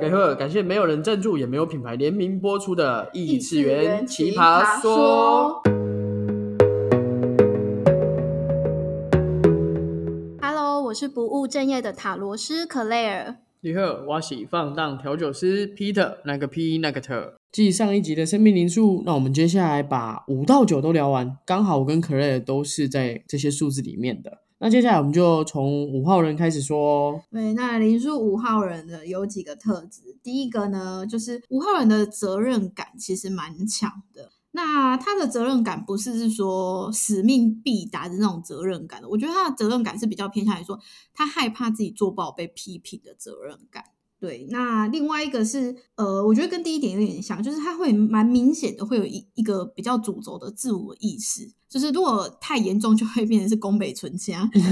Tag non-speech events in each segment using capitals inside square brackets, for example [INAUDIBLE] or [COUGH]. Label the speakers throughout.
Speaker 1: 给会儿，感谢没有人赞助，也没有品牌联名播出的《异次
Speaker 2: 元
Speaker 1: 元奇
Speaker 2: 奇
Speaker 1: 葩
Speaker 2: 葩
Speaker 1: 说》。
Speaker 2: Hello，我是不务正业的塔罗师克莱尔。
Speaker 1: 你好，我是放荡调酒师 Peter，那个 P 那个特。继上一集的生命灵数，那我们接下来把五到九都聊完。刚好我跟 c l a i r 都是在这些数字里面的。那接下来我们就从五号人开始说哦。
Speaker 2: 对，那林书五号人的有几个特质，第一个呢，就是五号人的责任感其实蛮强的。那他的责任感不是是说使命必达的那种责任感的，我觉得他的责任感是比较偏向于说他害怕自己做不好被批评的责任感。对，那另外一个是，呃，我觉得跟第一点有点像，就是他会蛮明显的会有一一个比较主轴的自我意识，就是如果太严重就会变成是宫北纯腔，
Speaker 1: 听不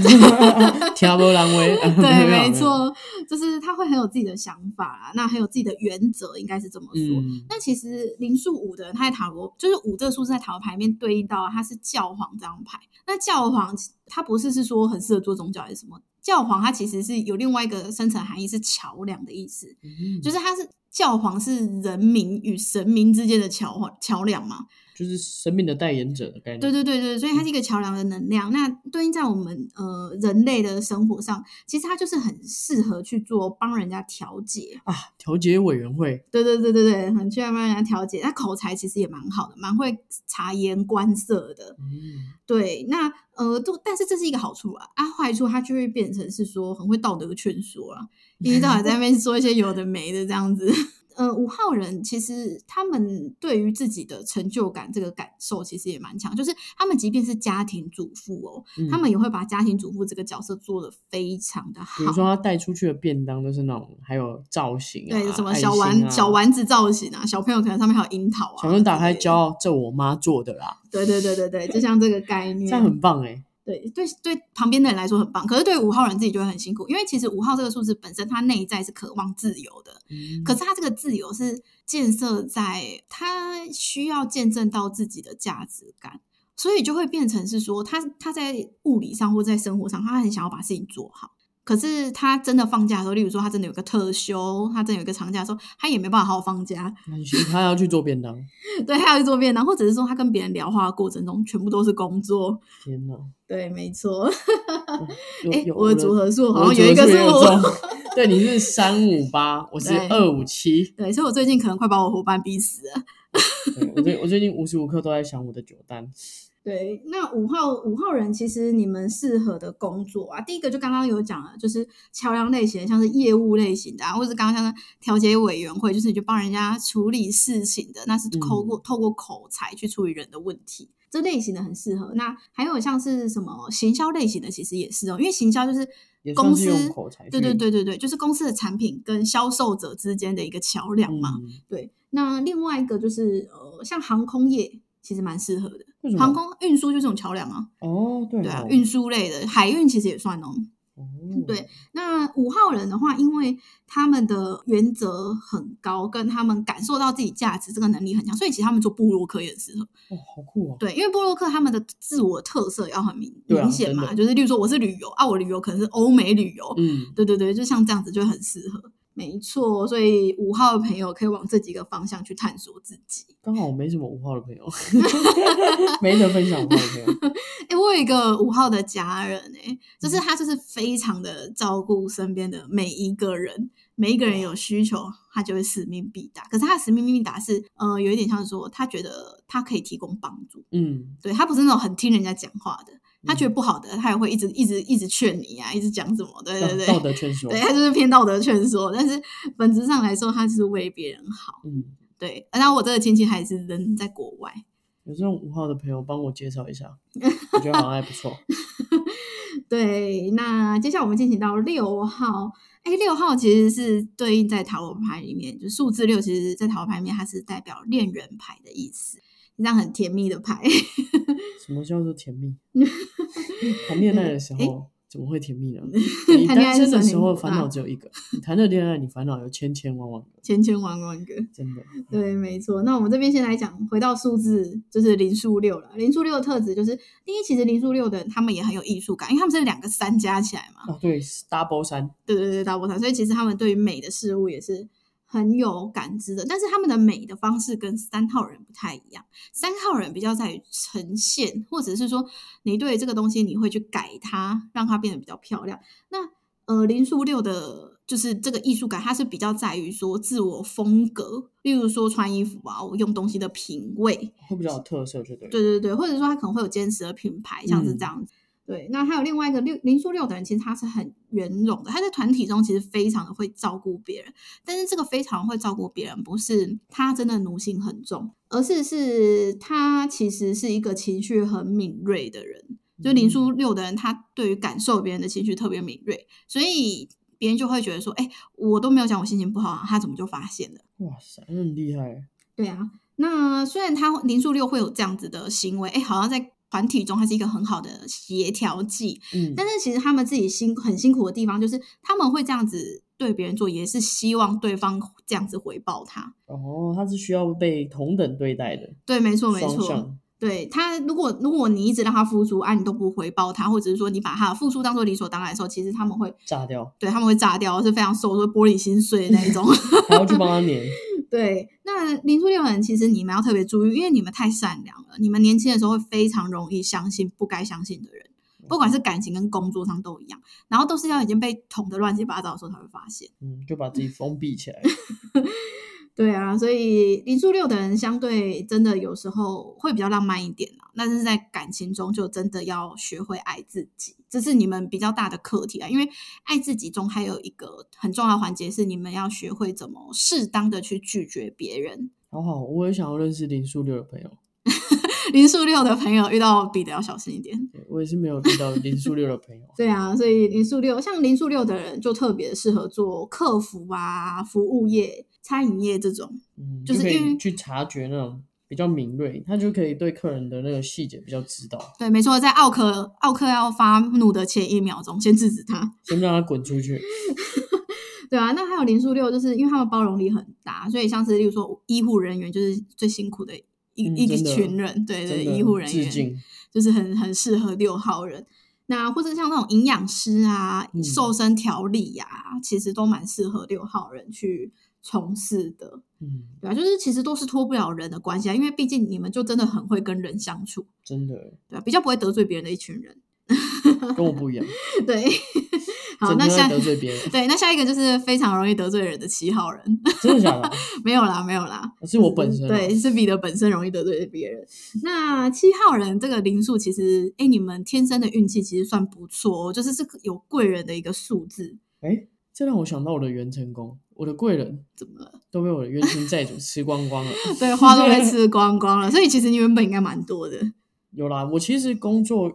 Speaker 1: 人威， [LAUGHS]
Speaker 2: 对，
Speaker 1: 有
Speaker 2: 没，错，就是他会很有自己的想法啦，那很有自己的原则，应该是这么
Speaker 1: 有
Speaker 2: 说。
Speaker 1: 嗯，
Speaker 2: 那其实零数五的人，他在塔罗就是五这个数字在塔罗牌里面对应到他是教皇这张牌。那教皇他不是是说很适合做宗教还是什么？教皇他其实是有另外一个深层含义，是桥梁的意思，
Speaker 1: 嗯
Speaker 2: 就是他是教皇是人民与神明之间的桥桥梁嘛。
Speaker 1: 就是生命的代言者的概念。
Speaker 2: 对对对对，所以它是一个桥梁的能量。那对应在我们呃人类的生活上，其实它就是很适合去做帮人家调解。
Speaker 1: 啊，调解委员会，
Speaker 2: 对对对对对，很去帮人家调解。那口才其实也蛮好的，蛮会察言观色的。
Speaker 1: 嗯，
Speaker 2: 对，那呃，都但是这是一个好处啊，啊，坏处它就会变成是说很会道德劝说啊，一天到晚在那边说一些有的没的这样子。 [LAUGHS] 呃，五号人其实他们对于自己的成就感这个感受其实也蛮强，就是他们即便是家庭主妇哦，
Speaker 1: 嗯
Speaker 2: 他们也会把家庭主妇这个角色做得非常的好
Speaker 1: 比如。说他带出去的便当都是那种，还有造型啊，
Speaker 2: 对，什么
Speaker 1: 爱
Speaker 2: 小
Speaker 1: 心
Speaker 2: 丸、
Speaker 1: 啊
Speaker 2: 小。丸子造型啊，小朋友可能上面还有樱桃啊。
Speaker 1: 小人打开骄
Speaker 2: 教，
Speaker 1: 傲，这我妈做的啦，
Speaker 2: 对对对对对，就像这个概
Speaker 1: [LAUGHS]
Speaker 2: 念，
Speaker 1: 这样很棒哎、
Speaker 2: 对对对，旁边的人来说很棒，可是对五号人自己就会很辛苦，因为其实五号这个数字本身，它内在是渴望自由的，可
Speaker 1: 是
Speaker 2: 是它这个自由是建设在他需要见证到自己的价值感，所以就会变成是说，他他在物理上或在生活上，他很想要把事情做好。可是他真的放假的时候，例如说他真的有个特休，他真的有一个长假的时候，他也没办法好好放假，
Speaker 1: 他嗯要去做便当，
Speaker 2: 对，他要去做便当，或者是说他跟别人聊话的过程中，全部都是工作。
Speaker 1: 天哪！
Speaker 2: 对，没错。
Speaker 1: 有
Speaker 2: 哎、
Speaker 1: 有
Speaker 2: 我的组合数
Speaker 1: 我
Speaker 2: 好
Speaker 1: 的
Speaker 2: 像
Speaker 1: 组合
Speaker 2: 一个
Speaker 1: 数
Speaker 2: 是
Speaker 1: 也有
Speaker 2: 我，
Speaker 1: 中对，你是三五八，我是
Speaker 2: 对
Speaker 1: 二五七。
Speaker 2: [LAUGHS] 对，所以我最近可能快把我伙伴逼死了。
Speaker 1: 对我最我最近无时无刻都在想我的酒单，
Speaker 2: 对，那五号五号人其实你们适合的工作啊，第一个就刚刚有讲了，就是桥梁类型的，像是业务类型的、啊，或者是刚刚像是调解委员会，就是你就帮人家处理事情的，那是透
Speaker 1: 嗯
Speaker 2: 过、透过口才去处理人的问题。这类型的很适合，那还有像是什么行销类型的，其实也是哦，因为行销就是
Speaker 1: 也算
Speaker 2: 公
Speaker 1: 是
Speaker 2: 司
Speaker 1: 用口才去。
Speaker 2: 对对对对对，就是公司的产品跟销售者之间的一个桥梁嘛。
Speaker 1: 嗯，
Speaker 2: 对，那另外一个就是呃，像航空业其实蛮适合的，
Speaker 1: 为什么
Speaker 2: 航空运输就这种桥梁啊，
Speaker 1: 哦，对
Speaker 2: 对啊
Speaker 1: 哦，
Speaker 2: 运输类的海运其实也算哦。
Speaker 1: 哦
Speaker 2: 对，那五号人的话，因为他们的原则很高，跟他们感受到自己价值这个能力很强，所以其实他们做布洛克也很适合。
Speaker 1: 哦，好酷哦。
Speaker 2: 对，因为布洛克他们的自我特色要很明
Speaker 1: 对啊
Speaker 2: 明显
Speaker 1: 真
Speaker 2: 嘛，
Speaker 1: 的
Speaker 2: 就是例如说我是旅游啊，我旅游可能是欧美旅游，
Speaker 1: 嗯，
Speaker 2: 对对对，就像这样子就很适合。没错，所以五号的朋友可以往这几个方向去探索自己。
Speaker 1: 刚好我没什么五号的朋
Speaker 2: [LAUGHS]
Speaker 1: 友，没得分享五号的朋友。
Speaker 2: 哎、我有一个五号的家人、欸，哎，就是
Speaker 1: 嗯
Speaker 2: 他就是非常的照顾身边的每一个人，每一个人有需求，他就会使命必达。可是他的使命必达是，呃，有一点像是说，他觉得他可以提供帮助，
Speaker 1: 嗯，
Speaker 2: 对他不是那种很听人家讲话的，他觉得不好的，他也会一直一直一直劝你啊，一直讲什么，对对
Speaker 1: 道道
Speaker 2: 对。
Speaker 1: 德劝说
Speaker 2: 对，。他就是偏道德劝说，但是本质上来说，他就是为别人好。
Speaker 1: 嗯，
Speaker 2: 对，然后我这个亲戚还是人在国外，
Speaker 1: 有这种五号的朋友帮我介绍一下，我觉得好像还不
Speaker 2: [LAUGHS]
Speaker 1: 错。
Speaker 2: 对，那接下来我们进行到六号。哎，六号其实是对应在塔罗牌里面，就数字六，其实在塔罗牌里面它是代表恋人牌的意思，一张很甜蜜的牌。
Speaker 1: 什么叫做甜
Speaker 2: [LAUGHS]
Speaker 1: 蜜？谈恋爱的时候怎么会甜蜜
Speaker 2: [LAUGHS]
Speaker 1: 呢？你
Speaker 2: 谈
Speaker 1: 单
Speaker 2: 恋爱是
Speaker 1: 身的时候
Speaker 2: 什么
Speaker 1: 烦恼只有一个，你谈了恋爱，你烦恼有千千万万个，
Speaker 2: 千千万万个，
Speaker 1: 真
Speaker 2: [LAUGHS]
Speaker 1: 的。
Speaker 2: 对，没错。那我们这边先来讲，回到数字，就是零数六了。零数六的特质就是，第一，其实零数六的人他们也很有艺术感，因为他们是两个三加起来嘛，
Speaker 1: 哦，对，double 三，
Speaker 2: 对对对，大波山，所以其实他们对于美的事物也是很有感知的，但是他们的美的方式跟三号人不太一样。三号人比较在于呈现，或者是说你对这个东西你会去改它，让它变得比较漂亮。那呃，零数六的就是这个艺术感，它是比较在于说自我风格，例如说穿衣服啊，我用东西的品味，
Speaker 1: 会比较有特色，就对。
Speaker 2: 对对对，或者说它可能会有坚持的品牌，像是这样子。对，那还有另外一个六零数六的人，其实他是很圆融的，他在团体中其实非常的会照顾别人，但是这个非常会照顾别人，不是他真的奴性很重，而是是他其实是一个情绪很敏锐的人。就零数六的人，他对于感受别人的情绪特别敏锐，所以别人就会觉得说，哎、我都没有讲我心情不好、啊，他怎么就发现了？
Speaker 1: 哇塞，那很厉害。
Speaker 2: 对啊，那虽然他零数六会有这样子的行为，哎，好像在团体中他是一个很好的协调剂，
Speaker 1: 嗯，
Speaker 2: 但是其实他们自己辛很辛苦的地方，就是他们会这样子对别人做，也是希望对方这样子回报他。
Speaker 1: 哦，他是需要被同等对待的，
Speaker 2: 对，没错，哦没
Speaker 1: 双
Speaker 2: 错。
Speaker 1: 向。
Speaker 2: 对他，如果如果你一直让他付出，啊，你都不回报他，或者是说你把他的付出当做理所当然的时候，其实他们会
Speaker 1: 炸掉，
Speaker 2: 对他们会炸掉，是非常瘦，会玻璃心碎的那一种。 [LAUGHS]
Speaker 1: 还要去帮他粘。
Speaker 2: 对，那零出六人其实你们要特别注意，因为你们太善良了，你们年轻的时候会非常容易相信不该相信的人，不管是感情跟工作上都一样，然后都是要已经被捅得乱七八糟的时候才会发现。
Speaker 1: 嗯，就把自己封闭起来。
Speaker 2: 对啊，所以零出六的人相对真的有时候会比较浪漫一点啦，但是在感情中就真的要学会爱自己，这是你们比较大的课题啊。因为爱自己中还有一个很重要的环节是你们要学会怎么适当的去拒绝别人。
Speaker 1: 好好，我也想要认识零数六的朋友，
Speaker 2: 零数六的朋友遇到彼得要小心一点。
Speaker 1: 对我也是没有遇到零数六的朋友。
Speaker 2: 对啊，所以零数六像零数六的人就特别适合做客服啊、服务业、餐饮业这种。
Speaker 1: 嗯，
Speaker 2: 就
Speaker 1: 就是可
Speaker 2: 因为
Speaker 1: 以去察觉那种比较敏锐，他就可以对客人的那个细节比较知道，
Speaker 2: 对，没错，在奥克奥克要发怒的前一秒钟，先制止他。
Speaker 1: 先让他滚出去。
Speaker 2: 对啊，那还有零数六，就是因为他们包容力很大，所以像是例如说医护人员，就是最辛苦的一、
Speaker 1: 嗯
Speaker 2: 一
Speaker 1: 真的
Speaker 2: 群人，对对，
Speaker 1: 真的，
Speaker 2: 医护人
Speaker 1: 致
Speaker 2: 员。
Speaker 1: 敬。
Speaker 2: 就是很很适合六号人。那或者像那种营养师啊、
Speaker 1: 嗯
Speaker 2: 瘦身调理呀、其实都蛮适合六号人去从事的，
Speaker 1: 嗯，
Speaker 2: 对啊，就是其实都是脱不了人的关系啊，因为毕竟你们就真的很会跟人相处，
Speaker 1: 真
Speaker 2: [LAUGHS]
Speaker 1: 的
Speaker 2: 对啊，比较不会得罪别人的一群人。 [LAUGHS]
Speaker 1: 跟我不一样，
Speaker 2: 对，好，
Speaker 1: 整
Speaker 2: 那
Speaker 1: 天
Speaker 2: 下
Speaker 1: 在得罪别人，
Speaker 2: 对，那下一个就是非常容易得罪人的七号人， [LAUGHS]
Speaker 1: 真的假的？
Speaker 2: 没有啦，没有啦，
Speaker 1: [LAUGHS] 是我本身啊
Speaker 2: 对，是彼得本身容易得罪别人。那七号人这个灵数，其实哎，你们天生的运气其实算不错哦，就是这个有贵人的一个数字。
Speaker 1: 哎，这让我想到我的袁成功，我的贵人
Speaker 2: 怎么了？
Speaker 1: 都被我的冤亲债主吃光光了。 [LAUGHS]
Speaker 2: 对，花都被吃光光了，所以其实你原本应该蛮多的。
Speaker 1: 有啦，我其实工作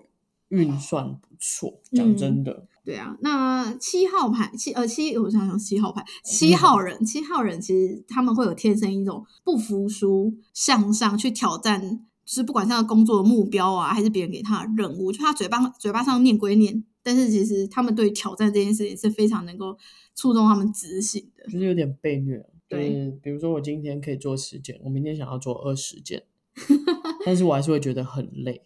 Speaker 1: 运算不错，讲
Speaker 2: 嗯
Speaker 1: 真的，
Speaker 2: 对啊，那七号牌七呃七，我想想七号牌七号人，七号人其实他们会有天生一种不服输、向上去挑战，就是不管是他的工作的目标啊，还是别人给他的任务，就他嘴巴嘴巴上念归念，但是其实他们对挑战这件事情是非常能够触动他们执行的。
Speaker 1: 就是有点被虐。就
Speaker 2: 对
Speaker 1: 是比如说我今天可以做十件，我明天想要做二十
Speaker 2: [LAUGHS]
Speaker 1: 件，但是我还是会觉得很累。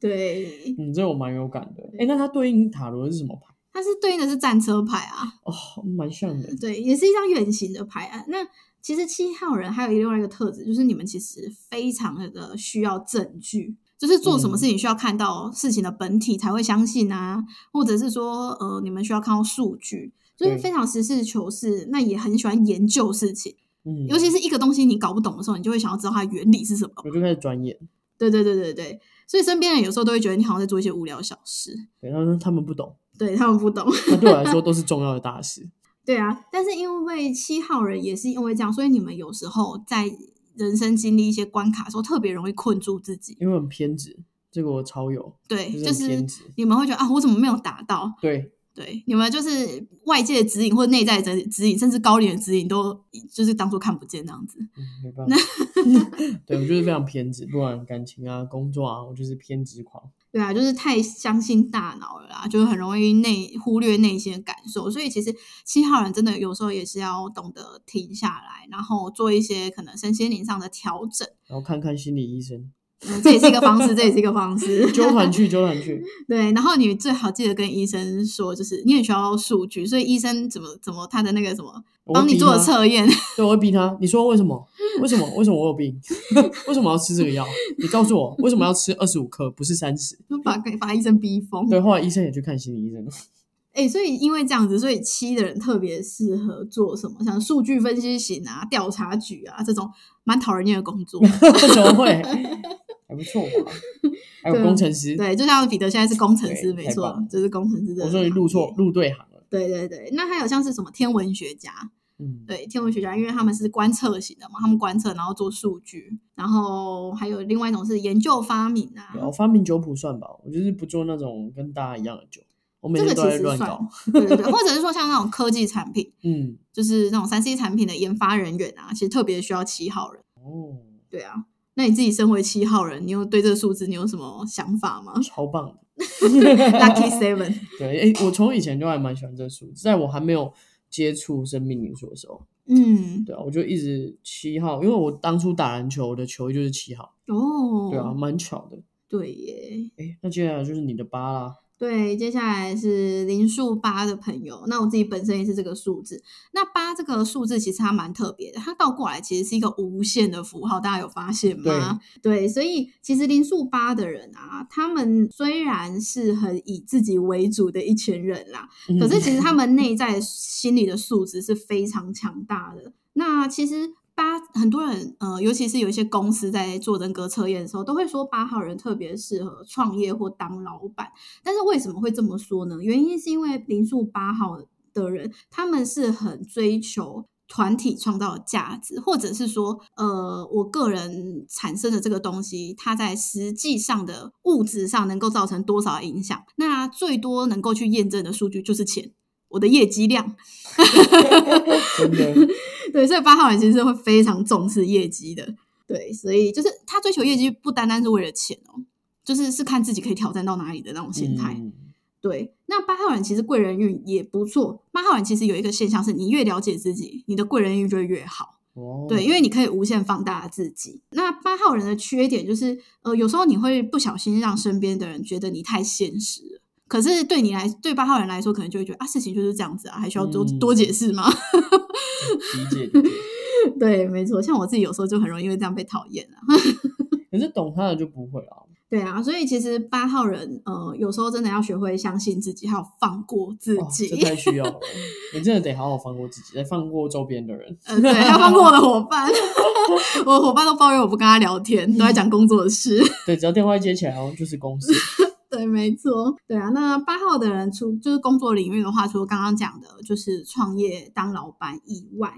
Speaker 2: 对，
Speaker 1: 嗯，这我蛮有感的。哎，那它对应塔罗是什么牌？
Speaker 2: 它是对应的是战车牌啊，
Speaker 1: 哦，蛮像
Speaker 2: [LAUGHS]
Speaker 1: 的。
Speaker 2: 对，也是一张圆形的牌啊。那其实七号人还有另外一个特质，就是你们其实非常的需要证据，就是做什么
Speaker 1: 嗯
Speaker 2: 事情需要看到事情的本体才会相信啊，或者是说呃，你们需要看到数据，就是
Speaker 1: 对
Speaker 2: 非常实事求是，那也很喜欢研究事情，
Speaker 1: 嗯，
Speaker 2: 尤其是一个东西你搞不懂的时候，你就会想要知道它的原理是什么。
Speaker 1: 我就开始钻研。
Speaker 2: 对对对对对，所以身边人有时候都会觉得你好像在做一些无聊小事，
Speaker 1: 对，他们他们不懂，
Speaker 2: 对他们不懂。
Speaker 1: 那对我来说都是重要的大事。
Speaker 2: 对啊，但是因为七号人也是因为这样，所以你们有时候在人生经历一些关卡的时候，特别容易困住自己。
Speaker 1: 因为我很偏执，这个我超有，
Speaker 2: 对，
Speaker 1: 就是
Speaker 2: 就
Speaker 1: 很
Speaker 2: 是
Speaker 1: 偏执。
Speaker 2: 你们会觉得啊，我怎么没有达到？ [LAUGHS]
Speaker 1: 对，
Speaker 2: 对，你们就是外界的指引或内在的指引，甚至高龄的指引，都就是当做看不见那样子。
Speaker 1: 嗯，没办法。 [LAUGHS] 对我就是非常偏执，不管感情啊、工作啊，我就是偏执狂。
Speaker 2: 对啊，就是太相信大脑了啦，就是很容易内忽略内心的感受。所以其实七号人真的有时候也是要懂得停下来，然后做一些可能身心灵上的调整。
Speaker 1: 然后看看心理医生，
Speaker 2: 嗯 [LAUGHS] 这也是一个方式，这也是一个方式。
Speaker 1: 纠
Speaker 2: [LAUGHS]
Speaker 1: 团去，纠团去，
Speaker 2: 对，然后你最好记得跟医生说，就是你很需要数据，所以医生怎么怎么他的那个什么
Speaker 1: 我会
Speaker 2: 帮你
Speaker 1: 逼
Speaker 2: 做
Speaker 1: 他
Speaker 2: 的测
Speaker 1: [LAUGHS]
Speaker 2: 验，
Speaker 1: 对，我会逼他。你说为什么？为什么？为什么我有病？ [LAUGHS] 为什么要吃这个药？你告诉我，为什么要吃二十五颗，不是三十？
Speaker 2: 就把把医生逼疯。
Speaker 1: 对，后来医生也去看心理医生了。 [LAUGHS]
Speaker 2: 哎、所以因为这样子，所以七的人特别适合做什么，像数据分析型啊、调查局啊这种蛮讨人厌的
Speaker 1: [LAUGHS]
Speaker 2: 工作。
Speaker 1: 怎么会？还不错吧？还有
Speaker 2: 对啊
Speaker 1: 工程师，
Speaker 2: 对，就像彼得现在是工程师，
Speaker 1: 对
Speaker 2: 没
Speaker 1: 太棒
Speaker 2: 错
Speaker 1: 了，
Speaker 2: 就是工程师的。
Speaker 1: 我说你入错。入对行了。
Speaker 2: 对对对，那还有像是什么天文学家，
Speaker 1: 嗯，
Speaker 2: 对天文学家，因为他们是观测型的嘛，他们观测然后做数据，然后还有另外一种是研究发明啊
Speaker 1: 对，我发明酒谱算吧，我就是不做那种跟大家一样的酒，我每
Speaker 2: 这
Speaker 1: 天都
Speaker 2: 个其
Speaker 1: 在
Speaker 2: 实
Speaker 1: 乱
Speaker 2: 算
Speaker 1: 搞。，[LAUGHS]
Speaker 2: 对对对，或者是说像那种科技产品，
Speaker 1: 嗯，
Speaker 2: 就是那种三 C 产品的研发人员啊，其实特别需要七号人。
Speaker 1: 哦，
Speaker 2: 对啊，那你自己身为七号人，你有对这个数字你有什么想
Speaker 1: [LAUGHS]
Speaker 2: 法吗
Speaker 1: 超棒的。
Speaker 2: ？Lucky Seven，
Speaker 1: [LAUGHS] 对，哎，我从以前就还蛮喜欢这数字，在我还没有接触生命灵数的时候，
Speaker 2: 嗯，
Speaker 1: 对啊，我就一直七号，因为我当初打篮球，我的球衣就是七号，
Speaker 2: 哦，
Speaker 1: 对啊，蛮巧的。
Speaker 2: 对耶，
Speaker 1: 哎，那接下来就是你的八啦，
Speaker 2: 对，接下来是零数八的朋友，那我自己本身也是这个数字。那八这个数字其实它蛮特别的，它倒过来其实是一个无限的符号，大家有发现吗？对，所以其实零数八的人啊，他们虽然是很以自己为主的一群人啦，可是
Speaker 1: 嗯
Speaker 2: 其实他们内在心理的素质是非常强大的。那其实八很多人，呃，尤其是有一些公司在做人格测验的时候，都会说八号人特别适合创业或当老板。但是为什么会这么说呢？原因是因为零数八号的人，他们是很追求。团体创造的价值，或者是说，呃，我个人产生的这个东西，它在实际上的物质上能够造成多少影响？那最多能够去验证的数据就是钱，我的业绩量。
Speaker 1: [LAUGHS]
Speaker 2: [LAUGHS]
Speaker 1: 真的，
Speaker 2: 对，所以八号人其实会非常重视业绩的。对，所以就是他追求业绩不单单是为了钱哦，就是是看自己可以挑战到哪里的那种心态。
Speaker 1: 嗯
Speaker 2: 对，那八号人其实贵人运也不错。八号人其实有一个现象是，你越了解自己，你的贵人运就会越好。
Speaker 1: 哦，
Speaker 2: 对，因为你可以无限放大自己。那八号人的缺点就是，呃，有时候你会不小心让身边的人觉得你太现实了。可是对你来，对八号人来说，可能就会觉得啊，事情就是这样子啊，还需要多、
Speaker 1: 嗯
Speaker 2: 多解释吗？ [LAUGHS]
Speaker 1: 理解理解。
Speaker 2: 对，没错。像我自己有时候就很容易因为这样被讨厌啊。
Speaker 1: 可是懂他的就不会啊。
Speaker 2: 对啊，所以其实八号人，呃，有时候真的要学会相信自己，还有放过 [LAUGHS] 自
Speaker 1: 哇
Speaker 2: 己。
Speaker 1: 这太需要了。你真的得好好放过自己，再放过周边的人。
Speaker 2: 呃，对，要放过我的伙伴，我的伙伴都抱怨我不跟他聊天，都在讲工作的事。 [LAUGHS]
Speaker 1: 对，只要电话一接起来，好像就是公司。
Speaker 2: 对，没错，对啊。那八号的人除就是工作领域的话，除了刚刚讲的，就是创业当老板以外，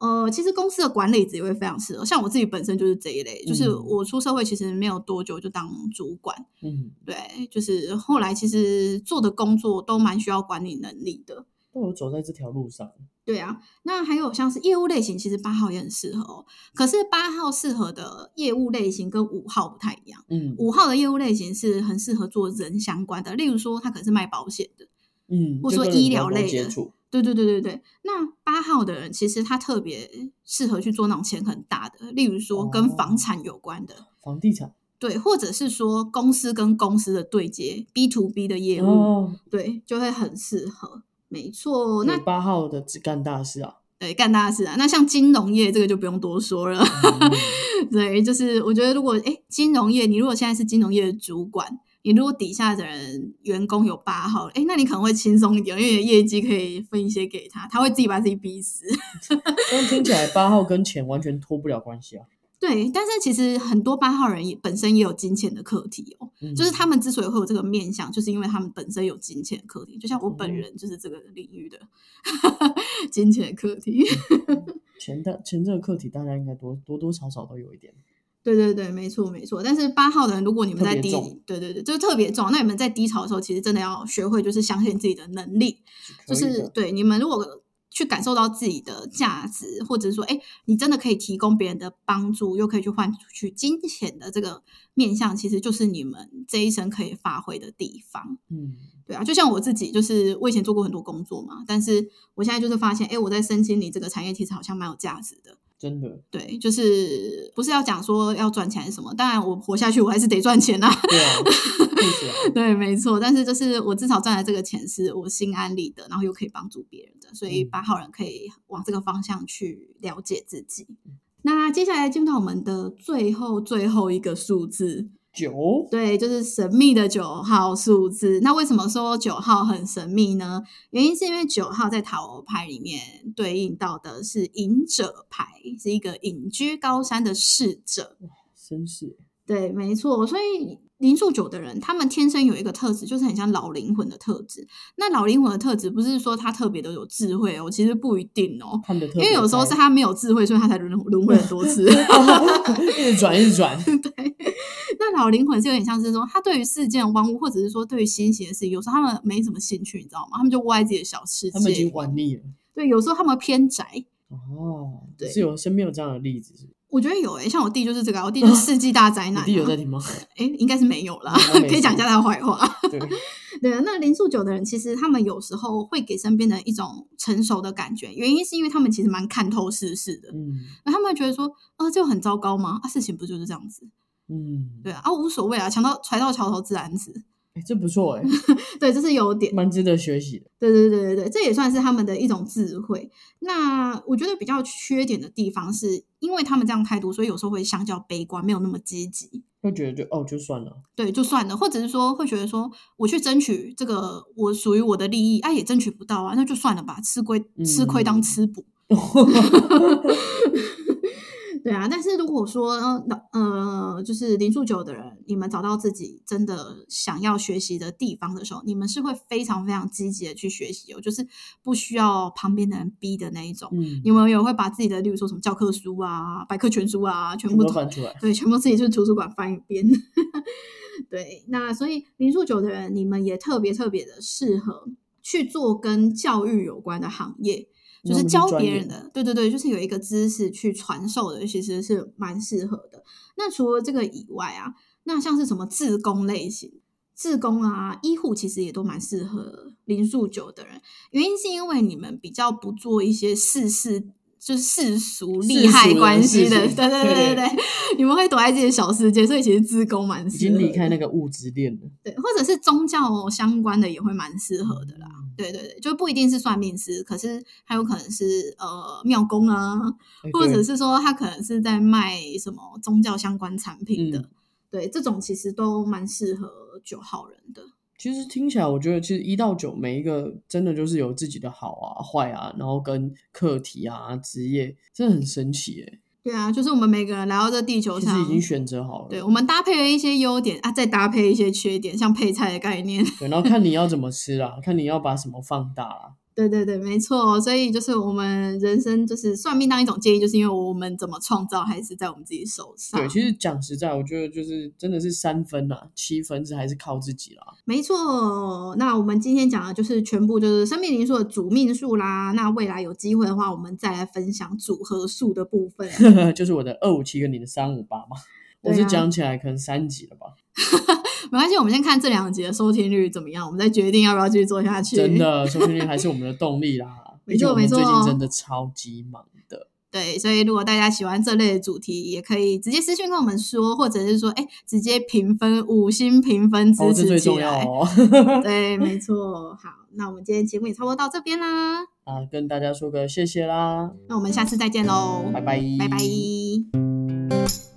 Speaker 2: 呃，其实公司的管理职也会非常适合。像我自己本身就是这一类，就是
Speaker 1: 嗯
Speaker 2: 我出社会其实没有多久就当主管，
Speaker 1: 嗯，
Speaker 2: 对，就是后来其实做的工作都蛮需要管理能力的。
Speaker 1: 但我走在这条路上，
Speaker 2: 对啊，那还有像是业务类型，其实八号也很适合哦。可是八号适合的业务类型跟五号不太一样。
Speaker 1: 嗯
Speaker 2: 五号的业务类型是很适合做人相关的，例如说他可能是卖保险的。
Speaker 1: 嗯，
Speaker 2: 或
Speaker 1: 就
Speaker 2: 说
Speaker 1: 跟人
Speaker 2: 医
Speaker 1: 比较
Speaker 2: 疗
Speaker 1: 多
Speaker 2: 类的
Speaker 1: 接触，
Speaker 2: 对对对对对。那八号的人其实他特别适合去做那种钱很大的，例如说跟
Speaker 1: 哦
Speaker 2: 房产有关的，
Speaker 1: 房地产
Speaker 2: 对，或者是说公司跟公司的对接 B to B 的业务，
Speaker 1: 哦，
Speaker 2: 对，就会很适合。没错，那
Speaker 1: 那八号的只干大事啊。
Speaker 2: 对干大事啊。那像金融业这个就不用多说了。 [LAUGHS]
Speaker 1: 嗯
Speaker 2: 对，就是我觉得如果哎，金融业，你如果现在是金融业的主管，你如果底下的人员工有八号，哎，那你可能会轻松一点，因为你的业绩可以分一些给他，他会自己把自己逼死。 [LAUGHS]
Speaker 1: 这样听起来八号跟钱完全脱不了关系啊。
Speaker 2: 对，但是其实很多八号人也本身也有金钱的课题哦，
Speaker 1: 嗯
Speaker 2: 就是他们之所以会有这个面相，就是因为他们本身有金钱的课题，就像我本人就是这个领域的 [LAUGHS] 金钱的课题。
Speaker 1: 钱的钱这个课题，大家应该多多多少少都有一点。
Speaker 2: 对对对，没错没错。但是八号的人，如果你们
Speaker 1: 特
Speaker 2: 在
Speaker 1: 别
Speaker 2: 低
Speaker 1: 重，
Speaker 2: 对对对，就是特别重。那你们在低潮的时候，其实真的要学会就是相信自己的能力，
Speaker 1: 可
Speaker 2: 就
Speaker 1: 以
Speaker 2: 是
Speaker 1: 的
Speaker 2: 对你们如果去感受到自己的价值，或者说，哎，你真的可以提供别人的帮助，又可以去换取金钱的这个面向，其实就是你们这一生可以发挥的地方。
Speaker 1: 嗯，
Speaker 2: 对啊，就像我自己，就是我以前做过很多工作嘛，但是我现在就是发现，哎，我在身心里这个产业其实好像蛮有价值的。
Speaker 1: 真
Speaker 2: [LAUGHS]
Speaker 1: 的，
Speaker 2: 对，就是不是要讲说要赚钱还是什么？当然，我活下去我还是得赚钱啊。 [LAUGHS]
Speaker 1: 对啊，确实啊，
Speaker 2: 对，没错。但是就是我至少赚的这个钱是我心安理得，然后又可以帮助别人的，所以
Speaker 1: 嗯
Speaker 2: 八号人可以往这个方向去了解自己。那接下来进入到我们的最后最后一个数字，
Speaker 1: 九
Speaker 2: 对，就是神秘的九号数字。那为什么说九号很神秘呢？原因是因为九号在塔罗牌里面对应到的是隐者牌，是一个隐居高山的逝者。
Speaker 1: 绅士，
Speaker 2: 对，没错。所以零数九的人，他们天生有一个特质，就是很像老灵魂的特质。那老灵魂的特质，不是说他特别的有智慧哦，其实不一定哦，
Speaker 1: 看的特
Speaker 2: 因
Speaker 1: 别开，
Speaker 2: 为有时候是他没有智慧，所以他才轮轮回很多
Speaker 1: [LAUGHS]
Speaker 2: 次。
Speaker 1: 一直转一直
Speaker 2: [LAUGHS]
Speaker 1: 转，
Speaker 2: 那老灵魂是有点像是说，他对于世间的万物，或者是说对于新奇的事情，有时候他们没什么兴趣，你知道吗？他们就窝在自己的小世
Speaker 1: 他们已经
Speaker 2: 界。
Speaker 1: 玩腻了。
Speaker 2: 对，有时候他们偏宅。
Speaker 1: 哦，
Speaker 2: 对
Speaker 1: 是有身边有这样的例子是不是，
Speaker 2: 我觉得有诶、像我弟就是这个啊，我弟
Speaker 1: [LAUGHS]
Speaker 2: 就是世纪大灾
Speaker 1: 你
Speaker 2: 难、啊。
Speaker 1: 弟有在
Speaker 2: [LAUGHS]
Speaker 1: 听吗？
Speaker 2: 诶、应该是没有啦，
Speaker 1: 应该没
Speaker 2: 可以讲一
Speaker 1: 事
Speaker 2: 下他的坏话。
Speaker 1: 对，
Speaker 2: 对，啊那零数九的人，其实他们有时候会给身边的一种成熟的感觉，原因是因为他们其实蛮看透世事的，
Speaker 1: 嗯
Speaker 2: 那他们会觉得说，啊，这有很糟糕吗？啊，事情不就是这样子？
Speaker 1: 嗯，
Speaker 2: [LAUGHS] 对啊，啊无所谓啊，墙到船到桥头自然直。
Speaker 1: 哎，这不错哎，
Speaker 2: [LAUGHS] 对，这是优点。
Speaker 1: 蛮值得学习的。
Speaker 2: 对对对对对，这也算是他们的一种智慧。那我觉得比较缺点的地方是，因为他们这样态度，所以有时候会相较悲观，没有那么积极。
Speaker 1: 会觉得就哦，就算了，
Speaker 2: 对，就算了，或者是说会觉得说，我去争取这个我属于我的利益，啊，也争取不到啊，那就算了吧，吃亏吃亏当
Speaker 1: 嗯
Speaker 2: 吃补。 [LAUGHS] 对啊，但是如果说呃呃，就是零数九的人，你们找到自己真的想要学习的地方的时候，你们是会非常非常积极的去学习哦，就是不需要旁边的人逼的那一种。
Speaker 1: 嗯，
Speaker 2: 你们也会把自己的，例如说什么教科书啊、百科全书啊，
Speaker 1: 全
Speaker 2: 全部
Speaker 1: 部
Speaker 2: 都
Speaker 1: 都翻出来。
Speaker 2: 对，全部自己去图书馆翻一遍。 [LAUGHS] 对，那所以零数九的人，你们也特别特别的适合去做跟教育有关的行业，就
Speaker 1: 那
Speaker 2: 是
Speaker 1: 么是
Speaker 2: 教
Speaker 1: 专
Speaker 2: 别
Speaker 1: 业
Speaker 2: 人的。对对对，就是有一个知识去传授的，其实是蛮适合的。那除了这个以外啊，那像是什么自工类型？自工啊，医护其实也都蛮适合零数九的人，原因是因为你们比较不做一些世事，就是世俗利
Speaker 1: 世
Speaker 2: 害
Speaker 1: 俗的
Speaker 2: 关系
Speaker 1: 事
Speaker 2: 的，
Speaker 1: 情
Speaker 2: 对对对
Speaker 1: 对
Speaker 2: 对对， [LAUGHS] 你们会躲在自己的小世界，所以其实自工蛮
Speaker 1: 已
Speaker 2: 适合
Speaker 1: 经
Speaker 2: 的，
Speaker 1: 离开那个物质链了，
Speaker 2: 对，或者是宗教相关的也会蛮适合的啦。
Speaker 1: 嗯
Speaker 2: 对对对，就不一定是算命师，可是还有可能是呃庙公啊，
Speaker 1: 哎
Speaker 2: 或者
Speaker 1: 对
Speaker 2: 是说他可能是在卖什么宗教相关产品的，
Speaker 1: 嗯
Speaker 2: 对，这种其实都蛮适合九号人的。
Speaker 1: 其实听起来，我觉得其实一到九每一个真的就是有自己的好啊、坏啊，然后跟课题啊、职业，真的很神奇哎。
Speaker 2: 对啊，就是我们每个人来到这地球
Speaker 1: 其实
Speaker 2: 上
Speaker 1: 已，经选择好了，
Speaker 2: 对我们搭配了一些优点啊，再搭配一些缺点，像配菜的概念。 [LAUGHS]
Speaker 1: 对，然后看你要怎么吃啦，看你要把什么放大
Speaker 2: [LAUGHS]
Speaker 1: 啦。
Speaker 2: 对对对，没错。所以就是我们人生就是算命当一种建议，就是因为我们怎么创造还是在我们自己手上。
Speaker 1: 对，其实讲实在，我觉得就是真的是三分啦，七分是还是靠自己啦。
Speaker 2: 没错，那我们今天讲的就是全部就是生命灵数的主命数啦。那未来有机会的话，我们再来分享组合数的部分。 [LAUGHS]
Speaker 1: [LAUGHS] 就是我的二五七跟你的三五八嘛，我
Speaker 2: 对
Speaker 1: 是
Speaker 2: 啊
Speaker 1: 讲起来可能三级了吧，
Speaker 2: 没关系，我们先看这两集的收听率怎么样，我们再决定要不要继续做下去。
Speaker 1: 真，的收听率还是我们的动力啦。
Speaker 2: 没
Speaker 1: 毕竟
Speaker 2: 错
Speaker 1: 我们
Speaker 2: 没错
Speaker 1: 最近真的超级忙的，
Speaker 2: 对，所以如果大家喜欢这类的主题，也可以直接私信跟我们说，或者是说，哎，直接评分五星评分支
Speaker 1: 哦，这
Speaker 2: 持
Speaker 1: 最
Speaker 2: 起
Speaker 1: 重要
Speaker 2: 来。 [LAUGHS]
Speaker 1: 哦。
Speaker 2: 对，没错。好，那我们今天节目也差不多到这边啦，
Speaker 1: 啊，跟大家说个谢谢啦，
Speaker 2: 那我们下次再见喽，
Speaker 1: 拜拜，
Speaker 2: 拜拜